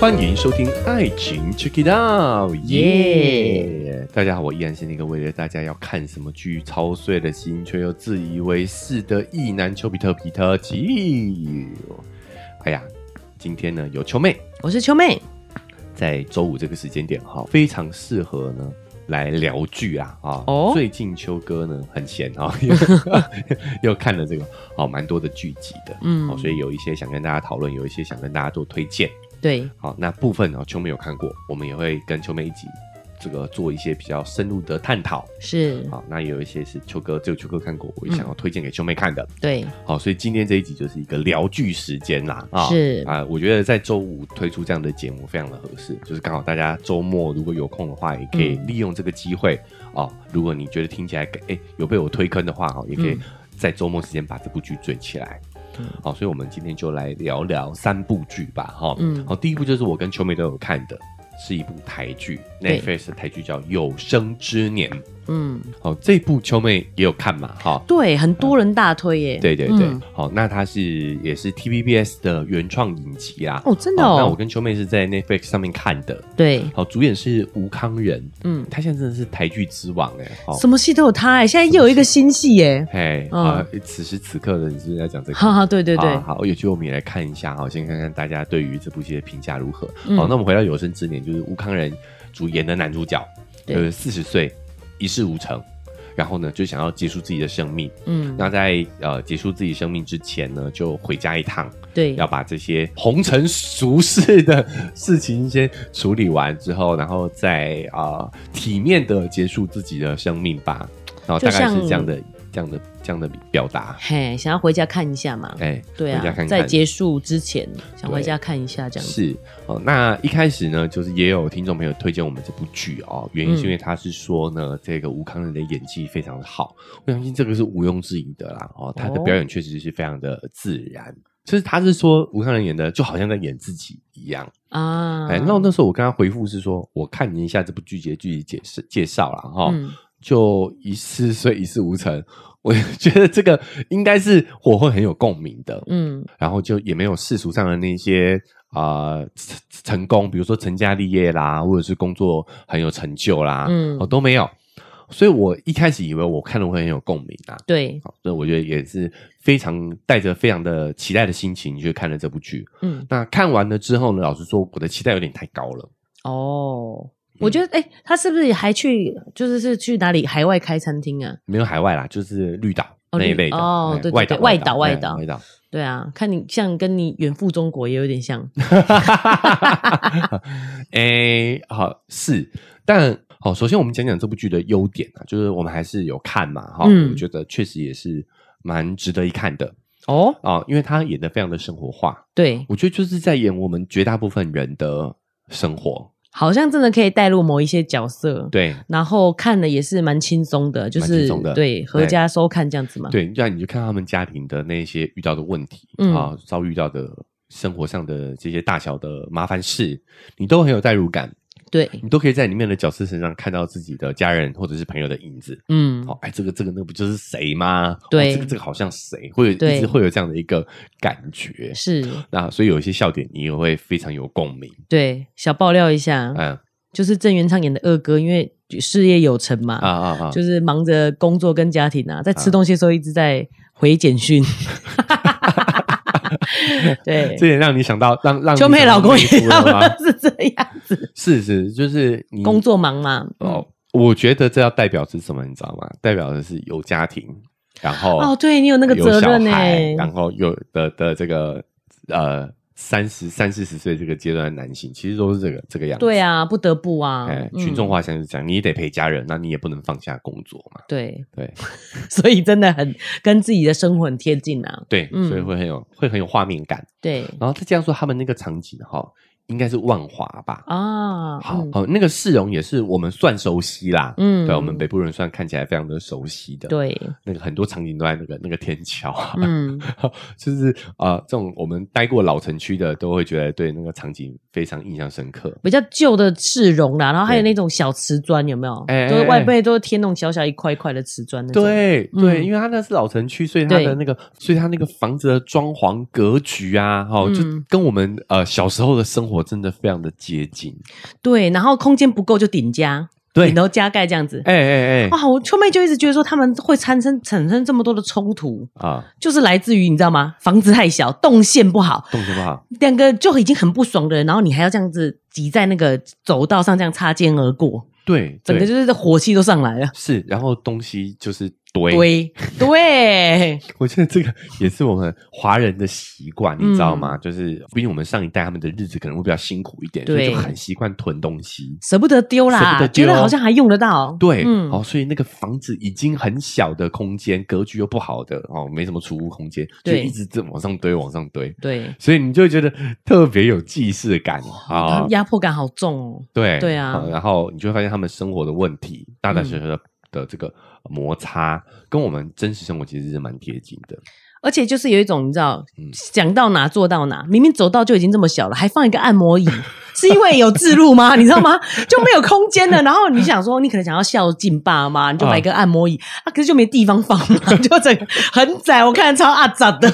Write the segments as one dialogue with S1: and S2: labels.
S1: 欢迎收听《爱情 Check It Out》，耶！大家好，我依然是那个为了大家要看什么剧操碎了心却又自以为是的意男丘比特皮特奇。哎呀，今天呢有秋妹
S2: 我是秋妹，
S1: 在周五这个时间点哈，非常适合呢。来聊剧啊啊！
S2: 哦
S1: 最近秋哥呢很闲 啊，又看了这个哦，蛮多的剧集的，
S2: 嗯
S1: 哦，所以有一些想跟大家讨论，有一些想跟大家做推荐。
S2: 对，
S1: 好，那部分哦，秋妹有看过，我们也会跟秋妹一起这个做一些比较深入的探讨。
S2: 是，
S1: 好，那也有一些是秋哥，只有秋哥看过，我也想要推荐给秋妹看的。
S2: 对，
S1: 好，所以今天这一集就是一个聊剧时间啦。啊、
S2: 是
S1: 啊，我觉得在周五推出这样的节目非常的合适，就是刚好大家周末如果有空的话，也可以
S2: 嗯
S1: 利用这个机会哦。如果你觉得听起来哎、有被我推坑的话，哦，也可以
S2: 嗯
S1: 在周末时间把这部剧追起来。
S2: 嗯
S1: 好，所以我们今天就来聊聊三部剧吧，哈、
S2: 嗯
S1: 好，第一部就是我跟秋妹都有看的，是一部台剧
S2: 对
S1: ，Netflix 的台剧叫《有生之年》。
S2: 嗯，
S1: 好，这部秋妹也有看嘛，哈、
S2: 对，很多人大推耶，
S1: 对对对
S2: 嗯，
S1: 好、那它是也是 TVBS 的原创影集啦。
S2: 哦，真的
S1: 好那我
S2: 哦，
S1: 跟秋妹是在 Netflix 上面看的。
S2: 对，
S1: 好，主演是吴康仁，
S2: 嗯，
S1: 他现在真的是台剧之王哎、好，
S2: 什么戏都有他哎，现在又有一个新戏耶，
S1: 哎、
S2: 嗯
S1: 啊，此时此刻的你是不是在讲这个？
S2: 哈哈，对对对
S1: 啊，好，有机会我们也来看一下哈，先看看大家对于这部戏的评价如何。
S2: 嗯
S1: 好，那我们回到有生之年，就是吴康仁主演的男主角，
S2: 对
S1: 呃，四十岁一事无成，然后呢就想要结束自己的生命。
S2: 嗯，
S1: 那在呃结束自己生命之前呢，就回家一趟，
S2: 对
S1: 要，把这些红尘俗世的事情先处理完之后，然后再啊、呃体面的结束自己的生命吧。然后大
S2: 就
S1: 概是这
S2: 像
S1: 样的、这样的、这样的表达。
S2: 嘿，想要回家看一下嘛，
S1: 哎，
S2: 对
S1: 回家
S2: 啊
S1: 看看，
S2: 在结束之前想回家看一下这样子，
S1: 是哦，那一开始呢，就是也有听众朋友推荐我们这部剧哦，原因是因为他是说呢，这个吴康仁的演技非常的好，我相信这个是毋庸置疑的啦。哦，他的
S2: 哦
S1: 表演确实是非常的自然，就是他是说吴康仁演的就好像在演自己一样。
S2: 啊，
S1: 哎、那那时候我跟他回复是说，我看了一下这部剧集的剧集解释介绍了哈，
S2: 嗯
S1: 就一事 虽一事无成，我觉得这个应该是我会很有共鸣的。
S2: 嗯，
S1: 然后就也没有世俗上的那些啊、呃成成功，比如说成家立业啦，或者是工作很有成就啦，
S2: 嗯
S1: 哦都没有。所以我一开始以为我看了会很有共鸣啊，
S2: 对，
S1: 好所以我觉得也是非常带着非常的期待的心情去看了这部剧。
S2: 嗯，
S1: 那看完了之后呢，老实说，我的期待有点太高了。
S2: 哦。
S1: 嗯
S2: 我觉得，哎、他是不是还去，就是是去哪里海外开餐厅啊？
S1: 没有海外啦，就是绿岛、
S2: 哦
S1: 那一
S2: 绿
S1: 类的
S2: 哦
S1: 哎
S2: 对对
S1: 外岛
S2: 对外岛
S1: 哎
S2: 外岛
S1: 外岛，
S2: 对啊，看你像跟你远赴中国也有点像，
S1: 哎、好是，但好，首先我们讲讲这部剧的优点啊，就是我们还是有看嘛，哈、
S2: 嗯
S1: 我觉得确实也是蛮值得一看的
S2: 哦，
S1: 啊、因为他演的非常的生活化，
S2: 对，
S1: 我觉得就是在演我们绝大部分人的生活，
S2: 好像真的可以带入某一些角色，，
S1: 对。
S2: 然后看的也是蛮轻松的，就
S1: 蛮轻
S2: 是
S1: 松的
S2: 对合家收看这样子嘛，，
S1: 对，这样你就看他们家庭的那些遇到的问题啊、
S2: 嗯
S1: 遭遇到的生活上的这些大小的麻烦事，你都很有代入感，
S2: 对，
S1: 你都可以在里面的角色身上看到自己的家人或者是朋友的影子。
S2: 嗯，
S1: 哦，哎，这个这个那不就是谁吗？哦
S2: 对
S1: 这个这个好像谁，会有
S2: 对
S1: 一直会有这样的一个感觉。
S2: 是，
S1: 那所以有一些笑点，你也会非常有共鸣。
S2: 对，小爆料一下，
S1: 嗯
S2: 就是郑元畅演的二哥，因为事业有成嘛，
S1: 啊啊啊！
S2: 就是忙着工作跟家庭啊，在吃东西的时候一直在回 简讯，对
S1: 这，也让你想到让让
S2: 秋妹老公也差
S1: 要
S2: 不
S1: 吗？
S2: 多 是这样子，
S1: 是是，就是你
S2: 工作忙嘛，嗯
S1: 哦。我觉得这要代表是什么，你知道吗？代表的是有家庭，然后
S2: 哦，对你有那个
S1: 有
S2: 责
S1: 小
S2: 任欸呢、
S1: 孩，然后有的的这个呃三十三四十岁这个阶段的男性，其实都是这个这个样子。
S2: 对啊，不得不啊
S1: 哎，，
S2: 嗯
S1: 群众化想是这样，你也得陪家人，那你也不能放下工作嘛。
S2: 对，
S1: 对
S2: 所以真的很跟自己的生活很贴近啊。
S1: 对，
S2: 嗯
S1: 所以会很有会很有画面感。
S2: 对
S1: 然后再加上说他们那个场景哈，应该是万华吧？
S2: 啊，
S1: 好
S2: 嗯，
S1: 哦，那个市容也是我们算熟悉啦。
S2: 嗯
S1: 对，我们北部人算看起来非常的熟悉的。，
S2: 对，
S1: 那个很多场景都在那个那个天桥啊，
S2: 嗯，
S1: 就是啊、呃这种我们待过老城区的都会觉得对那个场景非常印象深刻。
S2: 比较旧的市容啦，然后还有
S1: 对
S2: 那种小瓷砖，有没有？
S1: 哎哎
S2: 就是外背都贴那种小小一块一块的瓷砖那种。，
S1: 对对，
S2: 嗯
S1: 因为它那是老城区，所以它的
S2: 对
S1: 那个，所以它那个房子的装潢格局啊，哈、
S2: 嗯
S1: 就跟我们呃小时候的生活活真的非常的接近。
S2: 对，然后空间不够就顶加，
S1: 对
S2: 顶楼加盖这样子。
S1: 哎哎哎
S2: 哇，我秋妹就一直觉得说他们会产生产生这么多的冲突，
S1: 啊，
S2: 就是来自于你知道吗？房子太小，动线不好，
S1: 动作不好，
S2: 两个就已经很不爽的人，然后你还要这样子挤在那个走道上这样擦肩而过，
S1: 对，
S2: 整个
S1: 对
S2: 就是火气都上来了。
S1: 是，然后东西就是堆。
S2: 对 对，
S1: 我觉得这个也是我们华人的习惯，你知
S2: 嗯
S1: 道吗？就是毕竟我们上一代他们的日子可能会比较辛苦一点，所以
S2: 对
S1: 就很习惯囤东西。
S2: 舍不得丢
S1: 舍不
S2: 啦，
S1: 得丢
S2: 觉得好像还用得到。
S1: 对，
S2: 嗯
S1: 哦，所以那个房子已经很小的空间，格局又不好的哦，没什么储物空间，就
S2: 对
S1: 一直这往上堆，往上堆，
S2: 对，
S1: 所以你就会觉得特别有既视感啊、
S2: 压迫感好重哦。
S1: 对
S2: 对啊嗯
S1: 好然后你就会发现他们生活的问题，大大小小的、的这个摩擦，跟我们真实生活其实是蛮贴近的。
S2: 而且就是有一种你知道
S1: 嗯，
S2: 想到哪做到哪，明明走道就已经这么小了，还放一个按摩椅， 是因为有自 入吗？你知道吗？就没有空间了。然后你想说，你可能想要孝敬爸妈，你就买一个按摩
S1: 嗯
S2: 椅啊，可是就没地方放嘛， 就整个很窄，我看超阿杂 的。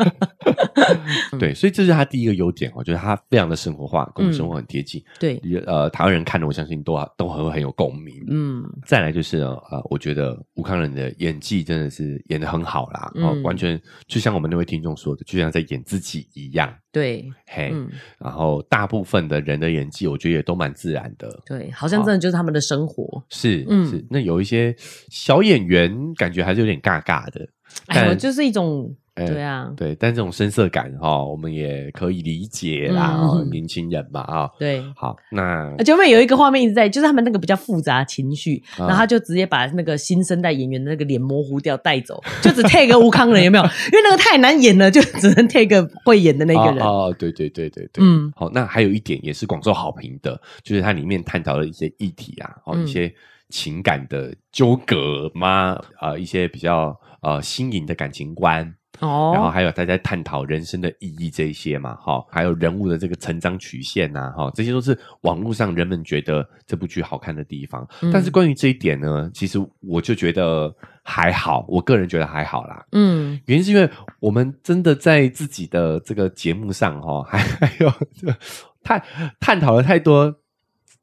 S2: 嗯
S1: 对，所以这是他第一个优点，我觉得他非常的生活化，跟我们生活
S2: 嗯
S1: 很贴近。
S2: 对，
S1: 也呃，台湾人看了，我相信都啊都很会很有共鸣。
S2: 嗯，
S1: 再来就是呢，呃，我觉得吴康仁的演技真的是演的很好啦，哦、
S2: 嗯
S1: 完全就像我们那位听众说的，就像在演自己一样，
S2: 对，
S1: 嘿。
S2: 嗯，
S1: 然后大部分的人的演技，我觉得也都蛮自然的，
S2: 对，好像真的就是他们的生活。
S1: 是、
S2: 嗯
S1: 是。那有一些小演员感觉还是有点尬尬的，
S2: 哎，
S1: 但
S2: 我就是一种，
S1: 哎
S2: 对啊，
S1: 对，但这种深色感哈、哦，我们也可以理解啦，
S2: 嗯
S1: 哦、年轻人嘛啊、哦
S2: 对。
S1: 好，那
S2: 而且后面有一个画面一直在，就是他们那个比较复杂情绪，
S1: 啊
S2: 然后他就直接把那个新生代演员的那个脸模糊掉带走，就只 take 吴康仁有没有？因为那个太难演了，就只能 take 会演的 那个人。
S1: 哦，哦对对对对对，
S2: 嗯
S1: 好，那还有一点也是广受好评的，就是它里面探讨了一些议题啊，哦，
S2: 嗯
S1: 一些情感的纠葛嘛，啊、一些比较呃新颖的感情观，然后
S2: 哦，
S1: 还有大家探讨人生的意义这一些嘛，哈、还有人物的这个成长曲线呐、哈、这些都是网络上人们觉得这部剧好看的地方。
S2: 嗯
S1: 但是关于这一点呢，其实我就觉得还好，我个人觉得还好啦。
S2: 嗯，
S1: 原因是因为我们真的在自己的这个节目上哈、 还还有这个探探讨了太多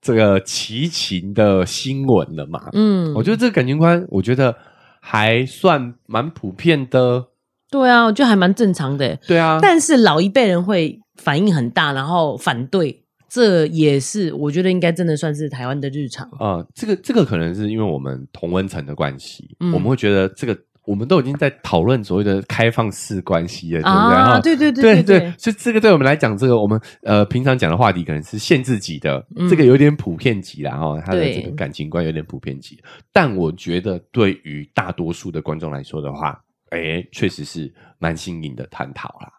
S1: 这个奇情的新闻了嘛。
S2: 嗯，
S1: 我觉得这个感情观，我觉得还算蛮普遍的。
S2: 对啊，我觉得还蛮正常的。
S1: 对啊，
S2: 但是老一辈人会反应很大，然后反对，这也是我觉得应该真的算是台湾的日常。
S1: 呃，这个这个可能是因为我们同温层的关系，
S2: 嗯
S1: 我们会觉得这个我们都已经在讨论所谓的开放式关系了，对不对？
S2: 啊，
S1: 哈
S2: 对对
S1: 对
S2: 对
S1: 对，，所以这个对我们来讲，这个我们呃平常讲的话题可能是限制级的，
S2: 嗯
S1: 这个有点普遍级啦哈、哦，他的这
S2: 对
S1: 个感情观有点普遍级，但我觉得对于大多数的观众来说的话，哎，确实是蛮新颖的探讨啦。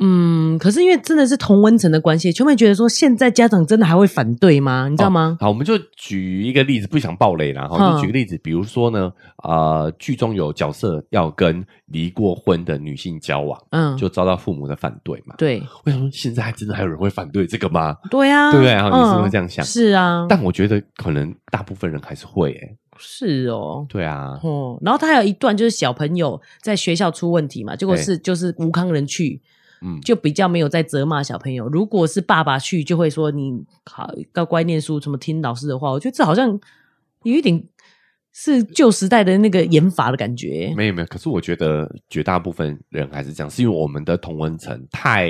S2: 嗯，可是因为真的是同温层的关系，秋妹觉得说现在家长真的还会反对吗？
S1: 哦
S2: 你知道吗？
S1: 好，我们就举一个例子，不想暴雷啦，然后
S2: 嗯
S1: 就举个例子，比如说呢，呃，剧中有角色要跟离过婚的女性交往，
S2: 嗯，
S1: 就遭到父母的反对嘛。
S2: 对
S1: 我想说，现在还真的还有人会反对这个吗？
S2: 对 啊，
S1: 对不对？然后你是不是会这
S2: 样
S1: 样想？
S2: 是啊，
S1: 但我觉得可能大部分人还是会、欸，
S2: 是哦。
S1: 对啊，
S2: 哦，然后他还有一段就是小朋友在学校出问题嘛，结果
S1: 对
S2: 是就是吴康仁去，
S1: 嗯，
S2: 就比较没有在责骂小朋友。如果是爸爸去，就会说你好要乖念书，什么听老师的话。我觉得这好像有一点是旧时代的那个演法的感觉。
S1: 没有没有。可是我觉得绝大部分人还是这样，是因为我们的同文层太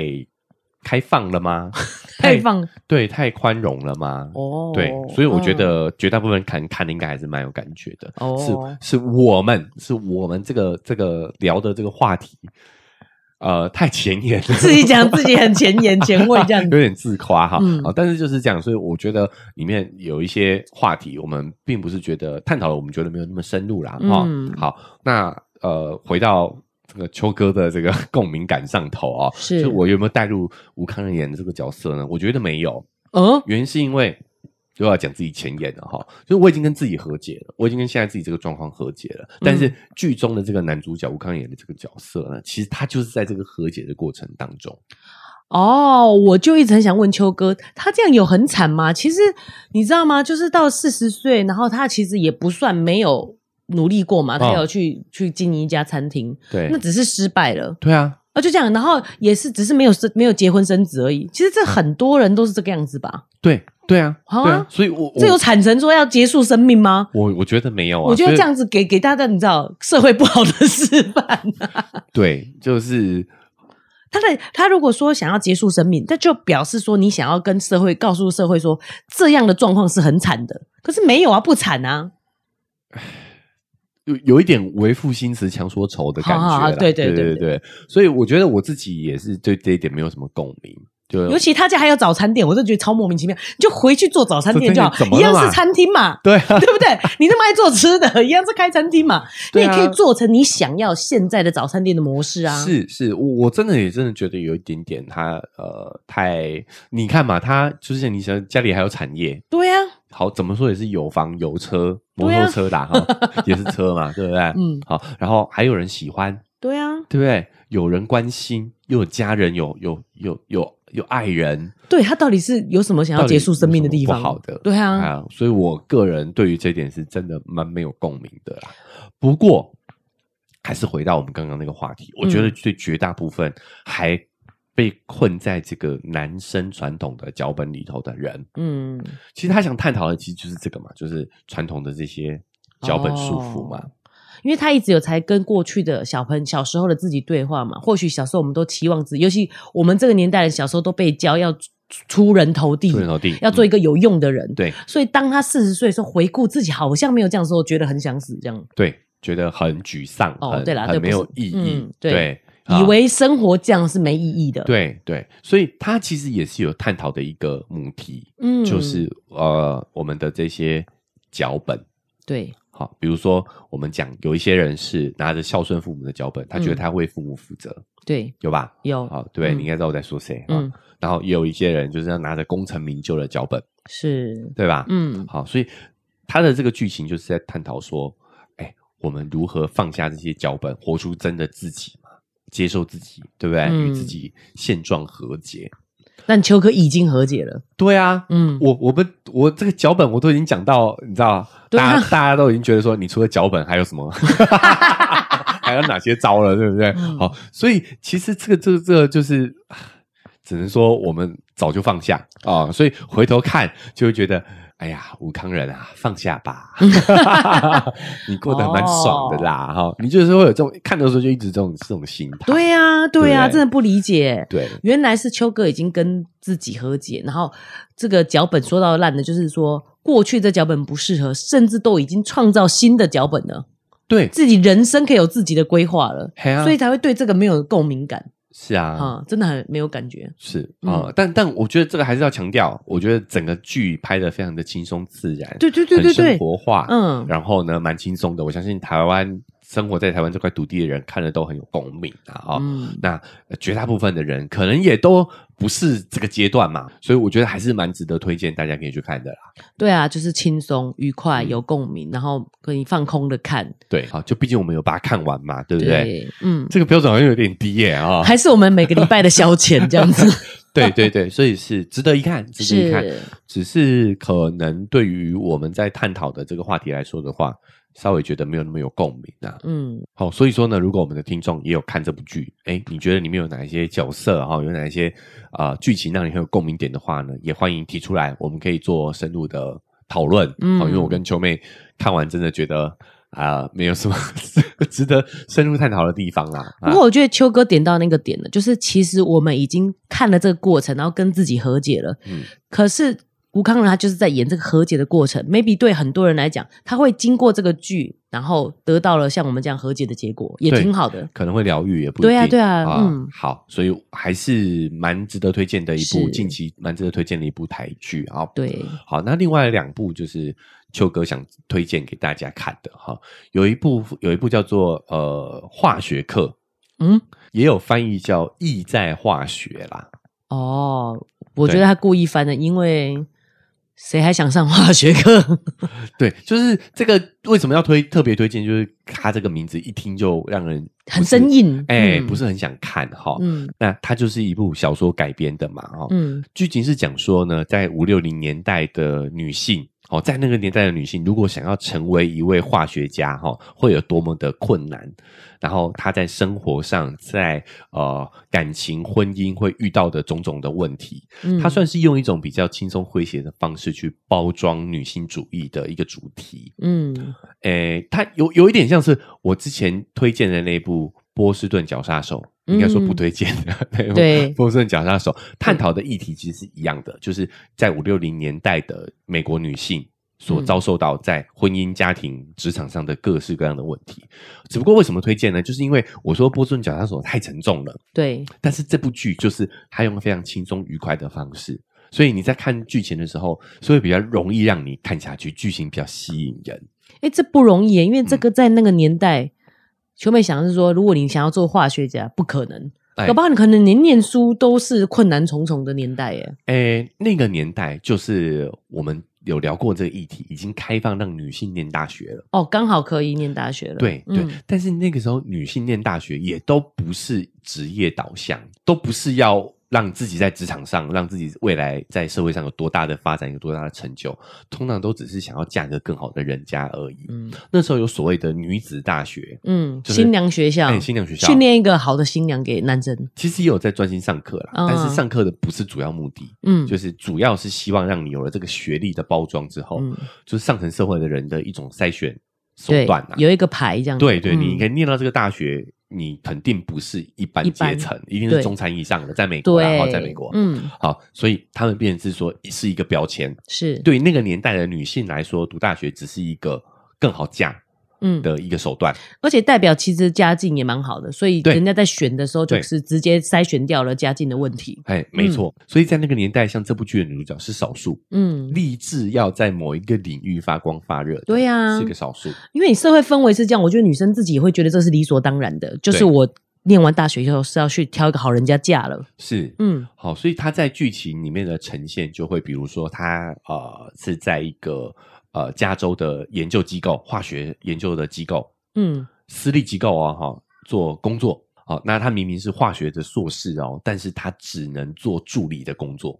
S1: 开放了吗？
S2: 太放
S1: 对，太宽容了吗？
S2: 哦，
S1: 对，所以我觉
S2: 嗯
S1: 得绝大部分看看应该还是蛮有感觉的。
S2: 哦
S1: 是是我们是我们这个这个聊的这个话题，呃，太前沿了，
S2: 自己讲自己很前沿前卫 这样
S1: 有
S2: 子。
S1: 点自夸哈。
S2: 嗯
S1: 啊，但是就是这样，所以我觉得里面有一些话题，我们并不是觉得探讨了，我们觉得没有那么深入啦。哈、
S2: 嗯
S1: 好，那呃，回到。这个秋哥的这个 共鸣感上头啊、哦，
S2: 是
S1: 就我有没有带入吴康仁演的这个角色呢？我觉得没有，
S2: 嗯，
S1: 原因是因为又要讲自己前言了哈，就是我已经跟自己和解了，我已经跟现在自己这个状况和解
S2: 嗯
S1: 了。但是剧中的这个男主角吴康演的这个角色呢，其实他就是在这个和解的过程当中，
S2: 哦，我就一直很想问秋哥，他这样有很惨吗？其实你知道吗？就是到四十岁，然后他其实也不算没有努力过嘛，他
S1: 哦
S2: 有去、去经营一家餐厅，
S1: 对
S2: 那只是失败了。
S1: 对啊，
S2: 啊，就这样，然后也是只是没有生没有结婚生子而已。其实
S1: 嗯
S2: 这很多人都是这个样子吧？
S1: 对对啊，
S2: 好啊
S1: 对啊，所以我
S2: 这有
S1: 我
S2: 产生说要结束生命吗？
S1: 我我觉得没有啊，
S2: 我觉得
S1: 所以
S2: 这样子给给大家，你知道社会不好的 示范、啊。
S1: 对，就是
S2: 他的他如果说想要结束生命，那就表示说你想要跟社会告诉社会说这样的状况是很惨的，可是没有啊，不惨啊，
S1: 有有一点为赋新词强说愁的感觉啦
S2: 好好好对
S1: 对
S2: 对
S1: 对
S2: 对
S1: 对，所以我觉得我自己也是对这一点没有什么共鸣，就
S2: 尤其他家还有早餐店，我就觉得超莫名其妙。你就回去做早餐店就好
S1: 这真的怎，么
S2: 一
S1: 了嘛
S2: 样是餐厅嘛，
S1: 对啊，
S2: 对不 对？你那么爱做吃的，一样是开餐厅嘛，
S1: 对
S2: 那也
S1: 啊
S2: 可以做成你想要现在的早餐店的模式啊。
S1: 是是，我我真的也真的觉得有一点点他呃太，你看嘛，他就是你想家里还有产业，
S2: 对啊呀、
S1: 好怎么说也是有房有车，摩
S2: 对啊
S1: 托车啦哈， 也是车嘛，对不对？
S2: 嗯，
S1: 好，然后还有人喜欢，
S2: 对啊呀、
S1: 对不对？有人关心，又有家人，有有有有有爱人，
S2: 对他到底是有什么想要
S1: 到底
S2: 结束生命的地
S1: 有
S2: 方？
S1: 什么不好的，
S2: 对啊，
S1: 啊，所以我个人对于这点是真的蛮没有共鸣的啦。不过，还是回到我们刚刚那个话题，我觉
S2: 嗯
S1: 得对绝大部分还被困在这个男生传统的脚本里头的人，
S2: 嗯，
S1: 其实他想探讨的其实就是这个嘛，就是传统的这些脚本束缚嘛。
S2: 哦因为他一直有才跟过去的小朋小时候的自己对话嘛。或许小时候我们都期望自己，尤其我们这个年代的小时候都被教要出出人头地
S1: 出，人头地
S2: 要做
S1: 嗯
S2: 一个有用的人。
S1: 对
S2: 所以当他四十岁的时候，回顾自己好像没有这样的时候，觉得很想死，这样
S1: 对，觉得很沮丧，
S2: 哦
S1: 很
S2: 对啦
S1: 很
S2: 对
S1: 没有
S2: 不是
S1: 意义，
S2: 嗯对
S1: 啊
S2: 以为生活这样是没意义的。，
S1: 对对，所以他其实也是有探讨的一个母题，
S2: 嗯
S1: 就是呃我们的这些脚本。
S2: 对，
S1: 好，比如说我们讲有一些人是拿着孝顺父母的脚本，他觉得
S2: 嗯
S1: 他为父母负责，
S2: 对，
S1: 有吧？
S2: 有，
S1: 好，对，
S2: 嗯
S1: 你应该知道我在说谁。嗯
S2: 嗯，
S1: 然后也有一些人就是要拿着功成名就的脚本，
S2: 是，
S1: 对吧？
S2: 嗯，
S1: 好，所以他的这个剧情就是在探讨说，哎，我们如何放下这些脚本，活出真的自己嘛，接受自己，对不对？与自
S2: 嗯
S1: 己现状和解。
S2: 但秋哥已经和解了，
S1: 对啊，
S2: 嗯，
S1: 我我们我这个脚本我都已经讲到，你知道，
S2: 对
S1: 大
S2: 啊
S1: 家大家都已经觉得说，你除了脚本还有什么， 还有哪些招了，对不对？
S2: 嗯
S1: 好，所以其实这个这个这个就是，只能说我们早就放下啊、所以回头看就会觉得。哎呀，吴康仁啊，放下吧， 你过得蛮爽的啦，
S2: 哦
S1: 哈、你就是会有这种看的时候就一直这种这种心态，
S2: 对呀、对呀、
S1: 对
S2: 真的不理解。
S1: 对
S2: 原来是秋哥已经跟自己和解，然后这个脚本说到烂的，就是说过去的脚本不适合，甚至都已经创造新的脚本了，
S1: 对，
S2: 自己人生可以有自己的规划了，
S1: 嘿啊
S2: 所以才会对这个没有共鸣感
S1: 是啊，
S2: 啊、真的很没有感觉。
S1: 是啊、但但我觉得这个还是要强调，我觉得整个剧拍的非常的轻松自然，
S2: 对对对对
S1: 很生
S2: 对，
S1: 活化，
S2: 嗯，
S1: 然后呢蛮轻松的，我相信台湾生活在台湾这块土地的人看了都很有共鸣啊、哦
S2: 嗯
S1: 那呃绝大部分的人可能也都不是这个阶段嘛，所以我觉得还是蛮值得推荐大家可以去看的啦。
S2: 对啊，就是轻松、愉快、
S1: 嗯
S2: 有共鸣，然后可以放空的看，
S1: 对，好，就毕竟我们有把它看完嘛，对不对？
S2: 嗯，
S1: 这个标准好像有点低耶啊、
S2: 还是我们每个礼拜的消遣这样 子，
S1: 对对对，所以是值得一看，值得一看。
S2: 是
S1: 只是可能对于我们在探讨的这个话题来说的话，稍微觉得没有那么有共鸣啊。
S2: 嗯，
S1: 好、所以说呢，如果我们的听众也有看这部剧，哎，你觉得里面有哪一些角色哈、有哪一些啊、呃剧情让你很有共鸣点的话呢，也欢迎提出来，我们可以做深入的讨论。
S2: 嗯
S1: 好因为我跟秋妹看完真的觉得啊、没有什么 值得深入探讨的地方啦。啊
S2: 不过我觉得秋哥点到那个点了，就是其实我们已经看了这个过程，然后跟自己和解了。
S1: 嗯
S2: 可是吴康仁他就是在演这个和解的过程，maybe 对很多人来讲，他会经过这个剧，然后得到了像我们这样和解的结果，也
S1: 对
S2: 挺好的。
S1: 可能会疗愈，也不一定
S2: 对啊对啊嗯
S1: 好，所以还是蛮值得推荐的一部
S2: 是
S1: 近期蛮值得推荐的一部台剧啊。
S2: 对，
S1: 好，那另外两部就是秋哥想推荐给大家看的哈，有一部有一部叫做呃化学课，
S2: 嗯，
S1: 也有翻译叫《意在化学》啦。
S2: 哦，我觉
S1: 对
S2: 得他故意翻的，因为谁还想上化学课？
S1: 对，就是这个为什么要推特别推荐，就是它这个名字一听就让人
S2: 很生，硬，
S1: 哎、
S2: 嗯
S1: 不是，很想看哈。
S2: 嗯
S1: 那它就是一部小说改编的嘛，哈、哦
S2: 嗯
S1: 剧情是讲说呢，在五六零年代的女性，哦，在那个年代的女性，如果想要成为一位化学家，哈、哦，会有多么的困难。然后她在生活上，在呃感情、婚姻会遇到的种种的问题，
S2: 嗯
S1: 她算是用一种比较轻松诙谐的方式去包装女性主义的一个主题。
S2: 嗯
S1: 诶，它有有一点像是我之前推荐的那部《波士顿绞杀手》，应该说不推荐的、那部
S2: 嗯对
S1: 《波士顿绞杀手》探讨的议题其实是一样的，就是在五六零年代的美国女性所
S2: 嗯
S1: 遭受到在婚姻、家庭、职场上的各式各样的问题。只不过为什么推荐呢？就是因为我说《波士顿绞杀手》太沉重了，
S2: 对，
S1: 但是这部剧就是它用非常轻松愉快的方式。所以你在看剧情的时候，是会比较容易让你看下去，剧情比较吸引人。
S2: 哎，这不容易耶，因为
S1: 嗯
S2: 这个在那个年代，秋妹想的是说，如果你想要做化学家，不可能，
S1: 哎
S2: 搞不好你可能连念书都是困难重重的年代耶。
S1: 诶，那个年代就是我们有聊过这个议题，已经开放让女性念大学了。
S2: 哦，刚好可以念大学了，
S1: 对对，
S2: 嗯
S1: 但是那个时候女性念大学也都不是职业导向，都不是要让自己在职场上，让自己未来在社会上有多大的发展，有多大的成就，通常都只是想要嫁个更好的人家而已。
S2: 嗯
S1: 那时候有所谓的女子大学，
S2: 嗯，
S1: 就是
S2: 新娘学校，
S1: 哎新娘学校
S2: 训练一个好的新娘给男生，
S1: 其实也有在专心上课啦，
S2: 嗯
S1: 但是上课的不是主要目的，
S2: 嗯，
S1: 就是主要是希望让你有了这个学历的包装之后，
S2: 嗯
S1: 就是上层社会的人的一种筛选手
S2: 对
S1: 段啊。
S2: 有一个牌这样子，
S1: 对对，你
S2: 嗯
S1: 可以念到这个大学，你肯定不是一般
S2: 一般
S1: 阶层，一定是
S2: 对
S1: 中产以上的，在美国啦，然后
S2: 对，
S1: 在美国，
S2: 嗯，
S1: 好，所以他们变成是说是一个标签。
S2: 是，，
S1: 对于那个年代的女性来说，读大学只是一个更好嫁
S2: 嗯，
S1: 的一个手段。
S2: 而且代表其实家境也蛮好的，所以
S1: 对
S2: 人家在选的时候就
S1: 对
S2: 是直接筛选掉了家境的问题。
S1: 哎，没错。所以在那个年代，像这部剧的女主角是少数，
S2: 嗯，
S1: 立志要在某一个领域发光发热的，
S2: 对呀
S1: 是个少数。
S2: 因为你社会氛围是这样，我觉得女生自己也会觉得这是理所当然的，就是
S1: 对
S2: 我念完大学以后是要去挑一个好人家嫁了。
S1: 是，
S2: 嗯
S1: 好，所以他在剧情里面的呈现就会，比如说他呃是在一个呃加州的研究机构，化学研究的机构，
S2: 嗯，
S1: 私立机构哦，哈、做工作。好、那他明明是化学的硕士哦，但是他只能做助理的工作。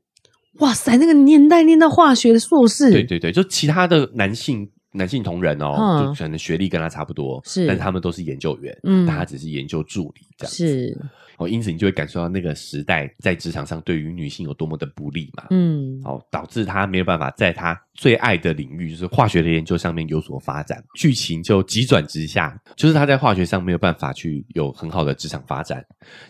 S2: 哇塞，那个年代念到化学硕士，
S1: 对对对，就其他的男性男性同仁哦，
S2: 嗯
S1: 就可能学历跟他差不多，
S2: 是
S1: 但他们都是研究员，
S2: 嗯
S1: 但他只是研究助理这样子。
S2: 是，
S1: 哦，因此你就会感受到那个时代在职场上对于女性有多么的不利嘛。
S2: 嗯，
S1: 好，哦导致他没有办法在他最爱的领域，就是化学的研究上面有所发展。剧情就急转直下，就是他在化学上没有办法去有很好的职场发展，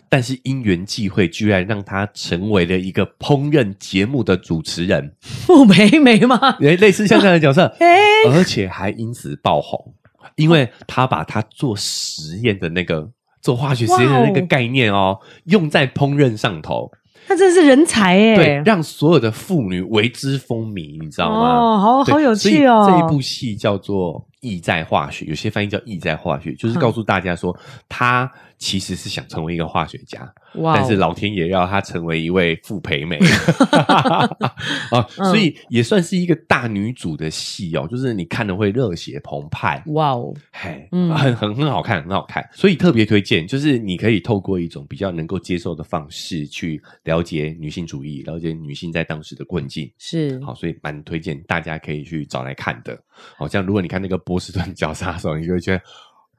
S1: 但是因缘际会，居然让他成为了一个烹饪节目的主持人，
S2: 傅培梅吗？，
S1: 类类似像这样的角色
S2: 哎、
S1: 而且还因此爆红，因为他把他做实验的那个做化学实验的那
S2: 哇
S1: 个
S2: 哦
S1: 概念哦，用在烹饪上头，
S2: 他真是人才哎、
S1: 对，让所有的妇女为之风靡，你知道吗？
S2: 哦，好
S1: 对
S2: 好有
S1: 所以
S2: 趣哦。
S1: 这一部戏叫做《意在化学》，有些翻译叫《意在化学》，
S2: 嗯
S1: 就是告诉大家说，他其实是想成为一个化学家，
S2: 哇哦，
S1: 但是老天爷要他成为一位傅培 梅啊，
S2: 嗯
S1: 所以也算是一个大女主的戏哦，就是你看了会热血澎湃。
S2: 哇哦，
S1: 嘿，
S2: 嗯
S1: 很很很好看，很好看，所以特别推荐，就是你可以透过一种比较能够接受的方式去了解女性主义，了解女性在当时的困境。
S2: 是
S1: 好，所以蛮推荐大家可以去找来看的。好像如果你看那个波士顿绞杀手，你就会觉得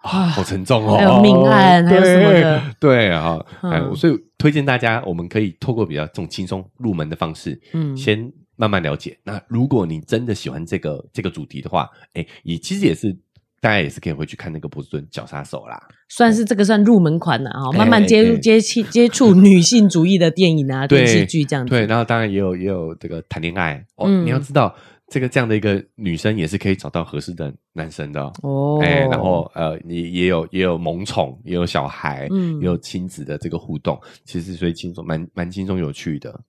S1: 啊，好沉重哦，
S2: 还有命案还有什么的
S1: 对对啊，
S2: 嗯
S1: 哎，所以推荐大家，我们可以透过比较这种轻松入门的方式，
S2: 嗯
S1: 先慢慢了解。那如果你真的喜欢这个这个主题的话，哎，也其实也是。大家也是可以回去看那个波士顿绞杀手啦，
S2: 算是这个算入门款了啊，
S1: 哎
S2: 慢慢接
S1: 哎
S2: 入
S1: 哎
S2: 接触接触女性主义的电影啊、电视剧这样子。
S1: 对，然后当然也有也有这个谈恋爱哦，
S2: 嗯
S1: 你要知道这个这样的一个女生也是可以找到合适的男生的哦
S2: 哦，
S1: 哎、然后呃，你也有也有萌宠，也有小孩，
S2: 嗯
S1: 也有亲子的这个互动，其实所以轻松，蛮蛮轻松有趣的。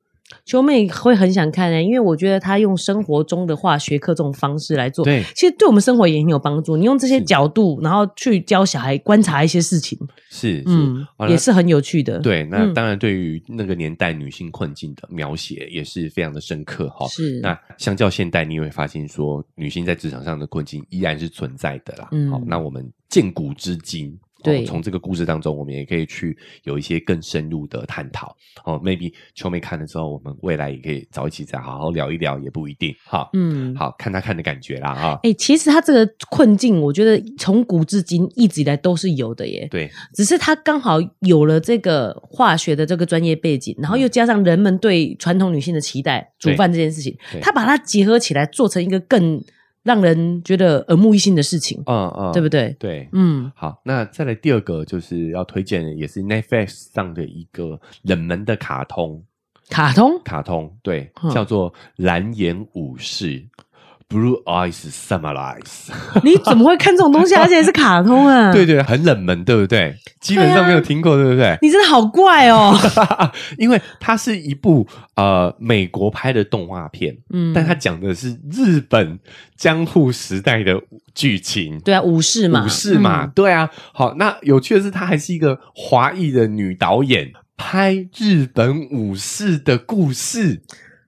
S2: 秋妹会很想看欸呢、因为我觉得她用生活中的化学课这种方式来做，
S1: 对
S2: 其实对我们生活也很有帮助。你用这些
S1: 是
S2: 角度，然后去教小孩观察一些事情，
S1: 是，是
S2: 嗯，
S1: 好了
S2: 也是很有趣的。，
S1: 对。那
S2: 嗯
S1: 当然，对于那个年代女性困境的描写也是非常的深刻哈。
S2: 是
S1: 那相较现代，你也会发现说，女性在职场上的困境依然是存在的啦。
S2: 嗯
S1: 好，那我们见古知今，
S2: 对
S1: 哦从这个故事当中，我们也可以去有一些更深入的探讨。哦，maybe 秋妹看了之后，我们未来也可以找一起再好好聊一聊，也不一定。哈，
S2: 嗯，
S1: 好看她看的感觉啦，哈。
S2: 哎、其实他这个困境，我觉得从古至今一直以来都是有的耶。
S1: 对，
S2: 只是他刚好有了这个化学的这个专业背景，然后又加上人们对传统女性的期待，煮
S1: 嗯对
S2: 饭这件事情
S1: 对，
S2: 他把它结合起来，做成一个更让人觉得耳目一新的事情，
S1: 嗯嗯，
S2: 对不
S1: 对？
S2: 对？
S1: 对，
S2: 嗯，
S1: 好，那再来第二个就是要推荐，的，也是 Netflix 上的一个冷门的卡通，
S2: 卡通
S1: 卡通对
S2: 嗯，
S1: 叫做《蓝眼武士》（Blue Eyes Samurais）。
S2: 你怎么会看这种东西？而且是卡通 啊！
S1: 对，对，很冷门，对不对？基本上没有听过，对不对？
S2: 你真的好怪哦。
S1: 因为它是一部呃美国拍的动画片，
S2: 嗯，
S1: 但它讲的是日本江户时代的剧情。
S2: 对啊，武士嘛，
S1: 武士嘛，
S2: 嗯
S1: 对啊。好，那有趣的是，她还是一个华裔的女导演，拍日本武士的故事。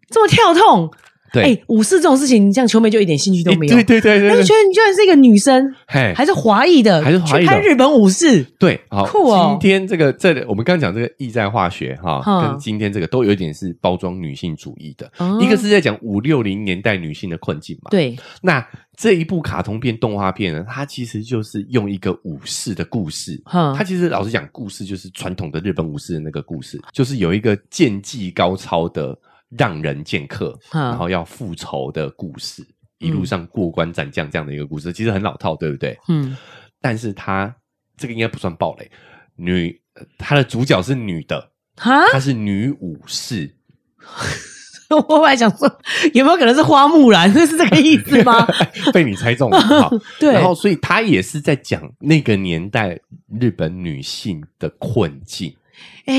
S2: 这么跳痛。
S1: 对，
S2: 哎，武士这种事情，你像秋妹就一点兴趣都
S1: 诶
S2: 没有。
S1: 对对对
S2: 那
S1: 对
S2: 你居
S1: 对，
S2: 然你居然是一个女生，
S1: 嘿
S2: 还是华裔的，
S1: 还是华裔的
S2: 去拍日本武士，
S1: 对，好，
S2: 酷哦
S1: 今天这个这里我们刚刚讲这个意在化学哈，
S2: 嗯
S1: 跟今天这个都有一点是包装女性主义的，
S2: 哦
S1: 一个是在讲五六零年代女性的困境嘛。，
S2: 对，
S1: 那这一部卡通片动画片呢，它其实就是用一个武士的故事。
S2: 哈
S1: 它其实老实讲，故事就是传统的日本武士的那个故事，就是有一个剑技高超的让人剑客，
S2: 嗯
S1: 然后要复仇的故事，一路上过关斩将这样的一个故事，其实很老套，对不对？
S2: 嗯，
S1: 但是她这个应该不算暴雷，女呃她的主角是女的，
S2: 哈，
S1: 她是女武士，
S2: 我本来想说，有没有可能是花木兰？ 是这个意思吗？
S1: 哎被你猜 中了。好
S2: 对
S1: 然后所以她也是在讲那个年代日本女性的困境，
S2: 哎、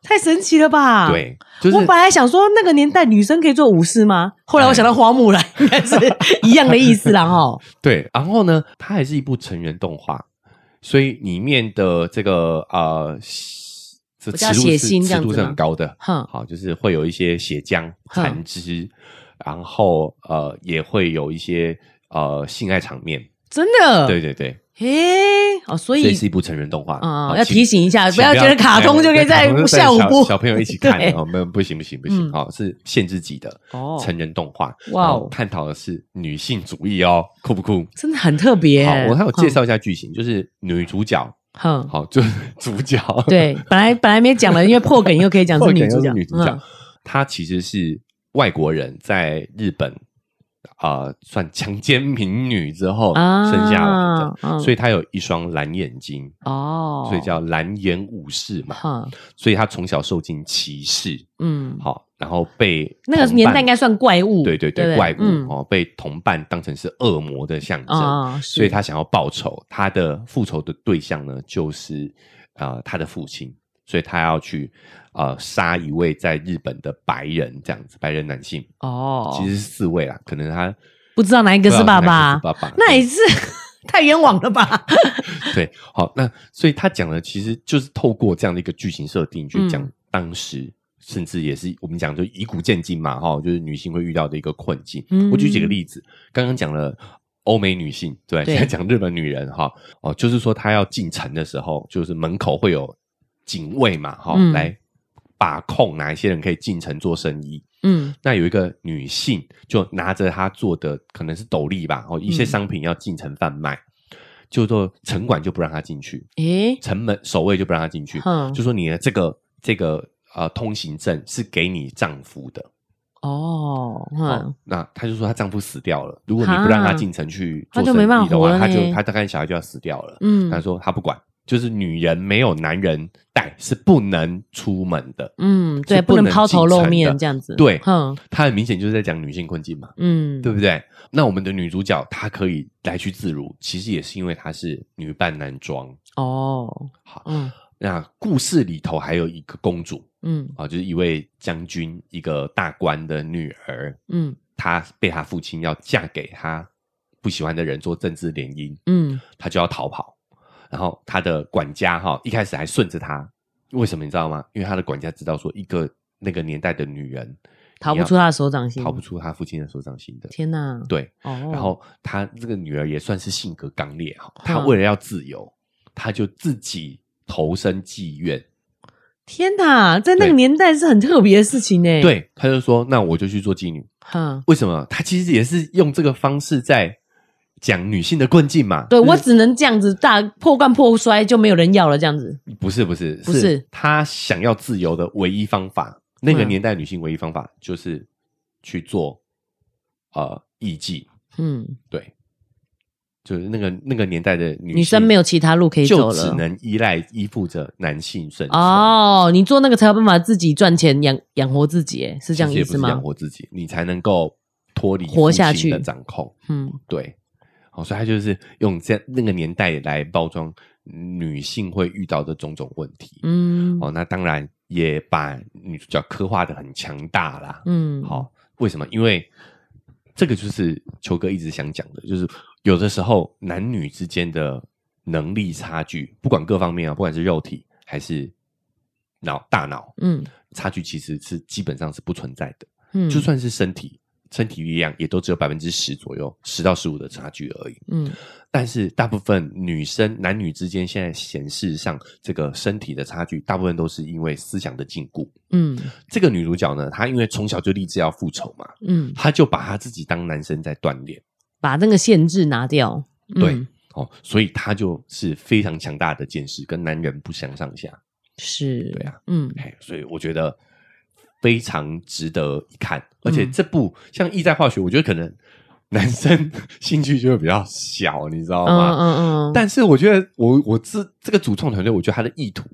S2: 太神奇了吧！。
S1: 对，就是
S2: 啊
S1: 哎
S2: 我本来想说那个年代女生可以做武士吗？后来我想到花木兰， 应该是一样的意 思啦，哈。
S1: 对。然后呢，它还是一部成人动画，所以里面的这个呃。这
S2: 比
S1: 尺
S2: 较
S1: 度
S2: 血
S1: 是
S2: 腥这
S1: 尺
S2: 样
S1: 度
S2: 子
S1: 是
S2: 吗
S1: 很高的，
S2: 哼，
S1: 好，就是会有一些血浆、
S2: 嗯
S1: 残肢，然后呃，也会有一些呃性爱场面。
S2: 真的，
S1: 对，对对，
S2: 哎、哦，嗯所
S1: 所以
S2: 以
S1: 是一部成人动画
S2: 啊、
S1: 好
S2: 要
S1: 请
S2: 提醒一下，
S1: 请
S2: 不要觉得卡通就可以
S1: 哎
S2: 在
S1: 对卡通就带
S2: 下午
S1: 小
S2: 播，
S1: 小朋友一起看
S2: 对
S1: 哦，没有不行不行不行，
S2: 嗯
S1: 好是限制级的
S2: 哦
S1: 成人动画。
S2: 哇哦
S1: 哇，探讨的是女性主义哦，酷不酷？
S2: 真的很特别。
S1: 好，我还有介
S2: 嗯
S1: 绍一下剧情，就是女主角，
S2: 哼，哼，
S1: 好，就是 主角，
S2: 对，本来本来没讲了，因为破梗又可以讲
S1: 或
S2: 是
S1: 者
S2: 女
S1: 又
S2: 主角，
S1: 是女主角
S2: 嗯，
S1: 她其实是外国人在日本啊、呃算强奸民女之后
S2: 啊
S1: 生哦下来的，
S2: 嗯
S1: 所以她有一双蓝眼睛，
S2: 哦，
S1: 所以叫蓝眼武士嘛。
S2: 哼，
S1: 所以她从小受尽歧视，
S2: 嗯，
S1: 好，然后被
S2: 那个
S1: 同伴
S2: 年代应该算怪物，
S1: 对对
S2: 对
S1: 对
S2: 不
S1: 怪物、
S2: 嗯
S1: 哦，被同伴当成是恶魔的象征，
S2: 啊，是
S1: 所以她想要报仇，她的复仇的对象呢就是呃她的父亲，所以她要去呃杀一位在日本的白人这样子，白人男性
S2: 哦，
S1: 其实是四位啦，可能她
S2: 不知道哪一个是爸爸，
S1: 不知道哪个是爸爸
S2: 那也是太冤枉了吧？
S1: 对，好，那所以他讲的其实就是透过这样的一个剧情设定去讲
S2: 嗯
S1: 当时。甚至也是我们讲就以古见今嘛，哈，就是女性会遇到的一个困境。
S2: 嗯
S1: 我举几个例子，刚刚讲了欧美女性，对，
S2: 对
S1: 现在讲日本女人哈，哦，就是说她要进城的时候，就是门口会有警卫嘛，哈、
S2: 嗯
S1: 来把控哪一些人可以进城做生意。
S2: 嗯
S1: 那有一个女性就拿着她做的可能是斗笠吧，哦，一些
S2: 嗯
S1: 商品要进城贩卖，就说城管就不让她进去，
S2: 诶，
S1: 城门守卫就不让她进去，
S2: 哼
S1: 就说你的这个这个呃通行证是给你丈夫的。
S2: 哦，
S1: 哦
S2: 嗯，
S1: 那她就说她丈夫死掉了，如果你不让她
S2: 哈
S1: 进城去
S2: 那
S1: 做
S2: 就
S1: 生
S2: 没办法
S1: 意的
S2: 活了
S1: 话，她
S2: 呢
S1: 就她大概小孩就要死掉了。她
S2: 嗯
S1: 说她不管，就是女人没有男人带是不能出门的。
S2: 嗯，对，
S1: 是
S2: 不
S1: 不能
S2: 能抛头露面
S1: 进城的
S2: 这样子，
S1: 对
S2: 哼，
S1: 她很明显就是在讲女性困境嘛。
S2: 嗯，
S1: 对不对？那我们的女主角她可以来去自如，其实也是因为她是女扮男装。
S2: 哦，
S1: 好
S2: 嗯
S1: 那故事里头还有一个公主
S2: 嗯
S1: 啊，就是一位将军、一个大官的女儿，
S2: 嗯
S1: 她被她父亲要嫁给她不喜欢的人做政治联姻，
S2: 嗯，
S1: 她就要逃跑。然后她的管家哈，一开始还顺着她，为什么你知道吗？因为她的管家知道说，一个那个年代的女人
S2: 逃不出她的手掌心，
S1: 逃不出她父亲的手掌心的。
S2: 天哪，
S1: 对，
S2: 哦，
S1: 然后她这个女儿也算是性格刚烈哈，她
S2: 嗯
S1: 为了要自由，他就自己投身妓院。
S2: 天哪，在那个
S1: 对
S2: 年代是很特别的事情呢、，
S1: 对，他就说：“那我就去做妓女。
S2: 哈，”
S1: 为什么？他其实也是用这个方式在讲女性的困境嘛。嗯
S2: 对
S1: 就是
S2: 我只能这样子大破罐破摔，就没有人要了这样子。
S1: 不是不是
S2: 不是
S1: 他想要自由的唯一方法，那个
S2: 嗯
S1: 年代女性唯一方法就是去做呃艺妓，
S2: 嗯，
S1: 对，就是那个那个年代的女
S2: 女生没
S1: 有
S2: 有其他路可以走
S1: 就只
S2: 了。
S1: 能依赖依附着男性生存，
S2: 哦，你做那个才有办法自己赚钱养养活自己，是这样
S1: 其实
S2: 意
S1: 也不
S2: 思
S1: 是养
S2: 吗？
S1: 活自己，你才能够脱离
S2: 活下
S1: 父亲
S2: 去
S1: 的掌控，
S2: 嗯，
S1: 对，哦，所以他就是用这样那个年代来包装女性会遇到的种种问题，
S2: 嗯
S1: 哦，那当然也把女主角刻画的很强大啦。
S2: 嗯，
S1: 好，为什么？因为这个就是球哥一直想讲的，就是有的时候男女之间的能力差距，不管各方面啊，不管是肉体还是脑大脑，
S2: 嗯
S1: 差距其实是基本上是不存在的。
S2: 嗯，
S1: 就算是身体，身体力量也都只有百分之十左右，十到十五的差距而已。
S2: 嗯
S1: 但是大部分女生男女之间现在显示上这个身体的差距，大部分都是因为思想的禁锢。
S2: 嗯
S1: 这个女主角呢，她因为从小就立志要复仇嘛，
S2: 嗯，
S1: 她就把她自己当男生在锻炼，
S2: 把那个限制拿掉。嗯
S1: 对，哦，所以她就是非常强大的见识，跟男人不相上下。
S2: 是，
S1: 对啊，
S2: 嗯
S1: 哎，所以我觉得非常值得一看，而且
S2: 嗯
S1: 这部、像《意在化学》，我觉得可能男生兴趣就会比较小，你知道
S2: 嗯
S1: 吗？
S2: 嗯嗯，
S1: 但是我觉得我，我这这个主创团队，我觉得他的意图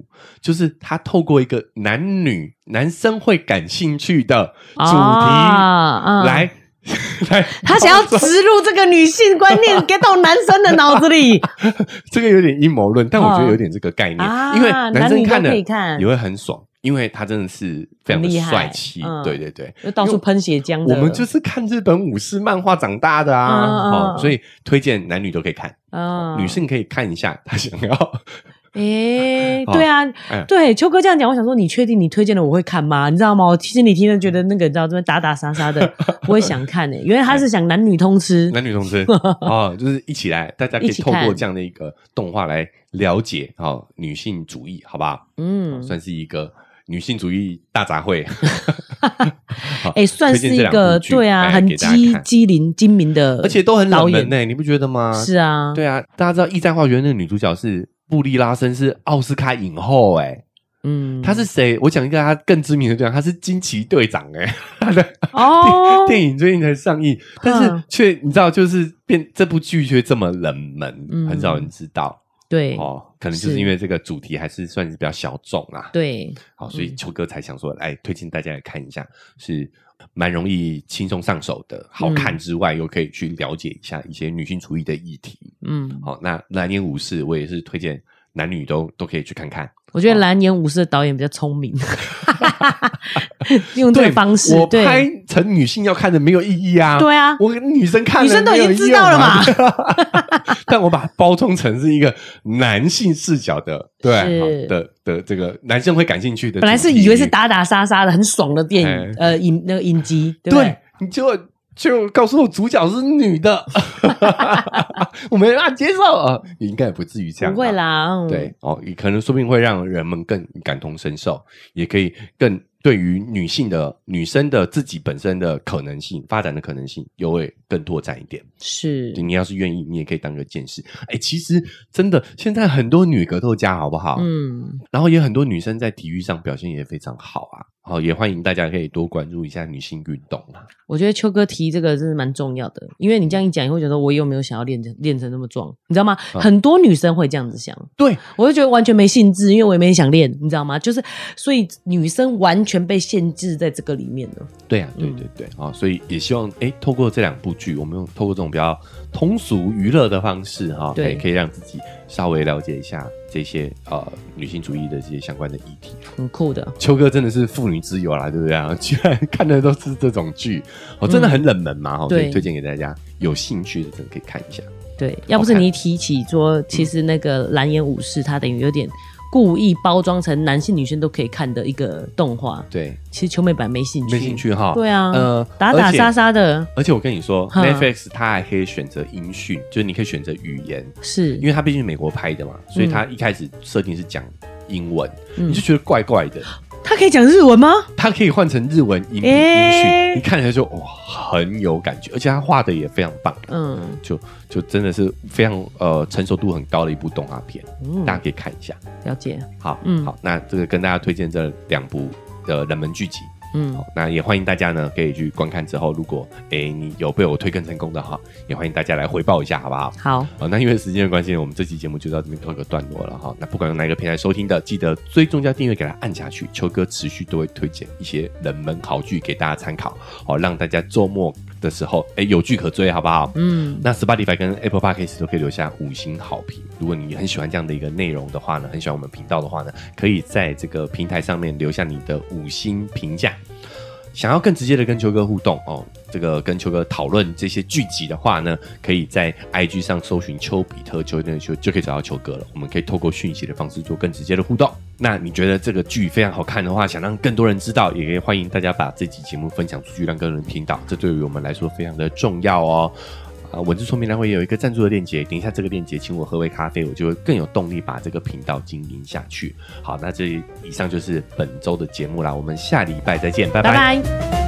S1: 就是他透过一个男女男生会感兴趣的主题
S2: 啊嗯
S1: 来、 来，
S2: 他想要植入这个女性观念 给到男生的脑子里，
S1: 这个有点阴谋论，但我觉得有点这个概念，
S2: 啊
S1: 因为男生看
S2: 男女都
S1: 了
S2: 可以看
S1: 也会很爽，因为他真的是非常的
S2: 很厉害
S1: 帅气，
S2: 嗯
S1: 对对对。
S2: 就到处喷血浆
S1: 我
S2: 的。
S1: 们就是看日本武士漫画长大的啊，
S2: 嗯嗯
S1: 哦
S2: 嗯，
S1: 所以推荐男女都可以看，
S2: 啊
S1: 女，性可以看一下，她想 要，
S2: 诶，
S1: 哦
S2: 对啊
S1: 哎，
S2: 对，秋哥这样讲，我想说，你确定你推荐的我会看吗？你知道吗？我心里听着觉得那个，你知道这边打打杀杀的，我也想看诶。原来他是想男女通吃
S1: 男女同志哦，就是一起来，大家可以
S2: 一起
S1: 透
S2: 看
S1: 过这样的一个动画来了解哦女性主义，好不好？哦
S2: 嗯，
S1: 算是一个女性主义大杂 烩。好
S2: 哎，算是
S1: 推
S2: 一
S1: 荐这两部
S2: 个
S1: 剧
S2: 对啊，
S1: 哎
S2: 很
S1: 给大家
S2: 机
S1: 看
S2: 机灵精明的，
S1: 而且都很冷
S2: 导
S1: 门
S2: 演
S1: 呢、你不觉得吗？
S2: 是啊，
S1: 对啊，大家知道《驿站化学》那个女主角是布莉拉森，是奥斯卡影后哎、
S2: 嗯，
S1: 她是谁？我讲一个她更知名的对啊象，她是惊奇队长哎、 她的
S2: 哦，
S1: 电影最近才上映，但是
S2: 嗯
S1: 却你知道，就是变这部剧却这么冷门，
S2: 嗯
S1: 很少人知道
S2: 对
S1: 哦。可能就是
S2: 是
S1: 因为这个主题还是算是比较小众啦。
S2: 对，
S1: 好，所以
S2: 嗯
S1: 秋哥才想说，来推荐大家来看一下，是蛮容易轻松上手的，好
S2: 嗯
S1: 看之外，又可以去了解一下一些女性主义的议题。
S2: 嗯，
S1: 好，那《蓝颜武士》我也是推荐男女都都可以去看看。
S2: 我觉得蓝颜武士的导演比较 聪明，用这个方式，
S1: 我拍
S2: 对
S1: 成女性要看的没有意义啊。
S2: 对啊，
S1: 我给女生看了，
S2: 女生都已经
S1: 没有
S2: 知道了嘛
S1: 嘛。但我把它包装成是一个男性视角的，对
S2: 是
S1: 好的的这个男生会感兴趣的主题。
S2: 本来是以为是打打杀杀的很爽的电
S1: 哎
S2: 影，呃，影那个影集，对不
S1: 对，你就就告诉我主角是女的， 我没办法接受啊，应该也不至于这
S2: 对？
S1: 样，啊
S2: 不会。啦，嗯
S1: 对，哦，也可能说不定会让人们更感同身受，也可以更对于女性的女生的自己本身的可能性发展的可能性，又会更拓展一点。
S2: 是
S1: 对，你要是愿意，你也可以当个见识。哎，其实真的，现在很多女格斗家，好不好？
S2: 嗯，
S1: 然后也很多女生在体育上表现也非常好啊。好、也欢迎大家可以多关注一下女性运动啊。
S2: 我觉得秋哥提这个真是蛮重要的，因为你这样一讲，你会觉得我有没有想要练成练成那么壮，你知道吗？
S1: 嗯
S2: 很多女生会这样子想，
S1: 对，
S2: 我就觉得完全没兴致，因为我也没想练，你知道吗？就是所以女生完全被限制在这个里面了。
S1: 对啊，对
S2: 嗯
S1: 对对，啊、所以也希望哎，透过这两部剧，我们用透过这种比较通俗娱乐的方式哈，可
S2: 对
S1: 以可以让自己稍微了解一下这些呃女性主义的这些相关的议题。
S2: 很酷的，
S1: 秋哥真的是妇女之友啦，对不对啊？ 居然看的都是这种剧，哦，真的很冷门嘛，哈、所以
S2: 嗯对
S1: 推荐给大家，有兴趣的真的可以看一下。
S2: 对，要不是你提起说，其实那个蓝颜武士他等于有点故意包装成男性女生都可以看的一个动画。
S1: 对，
S2: 其实秋美版没兴趣，
S1: 没兴。趣哈。
S2: 对啊，
S1: 呃
S2: 打打杀。
S1: 而且
S2: 杀的，
S1: 而且我跟你说
S2: 哼
S1: ，Netflix 它还可以选择音讯，就是你可以选择语言，
S2: 是
S1: 因为它毕竟是美国拍的嘛，所以它
S2: 嗯
S1: 一开始设定是讲英文，你就觉得怪怪的。
S2: 他可以讲日文吗？
S1: 它可以换成日文音音
S2: 诶
S1: 讯，你看起来就哇很有感觉，而且它画的也非常棒，
S2: 嗯
S1: 就就真的是非常呃成熟度很高的一部动画片，
S2: 嗯，
S1: 大家可以看一下。
S2: 了解，
S1: 好，
S2: 嗯
S1: 好，那这个跟大家推荐这两部的冷门剧集。
S2: 嗯
S1: 好，那也欢迎大家呢可以去观看之后，如果诶你有被我推更成功的哈，也欢迎大家来回报一下，好不好？
S2: 好，
S1: 好，那因为时间的关系，我们这期节目就到这边告一个段落了哈。那不管用哪一个平台收听的，记得追踪加订阅，给它按下去。秋哥持续都会推荐一些冷门好剧给大家参考，好让大家周末的时候哎有剧可追，好不好？
S2: 嗯，
S1: 那 Spotify 跟 Apple Podcast 都可以留下五星好评。如果你很喜欢这样的一个内容的话呢，很喜欢我们频道的话呢，可以在这个平台上面留下你的五星评价。想要更直接的跟秋哥互动哦，这个跟秋哥讨论这些剧集的话呢，可以在 IG 上搜寻丘比特丘那丘就可以找到秋哥了。我们可以透过讯息的方式做更直接的互动。那你觉得这个剧非常好看的话，想让更多人知道，也可以欢迎大家把这集节目分享出去，让更多人听到，这对于我们来说非常的重要哦。啊，文字说明栏会有一个赞助的链接，点一下这个链接，请我喝杯咖啡，我就会更有动力把这个频道经营下去。好，那这以上就是本周的节目啦，我们下礼拜再见，拜
S2: 拜拜。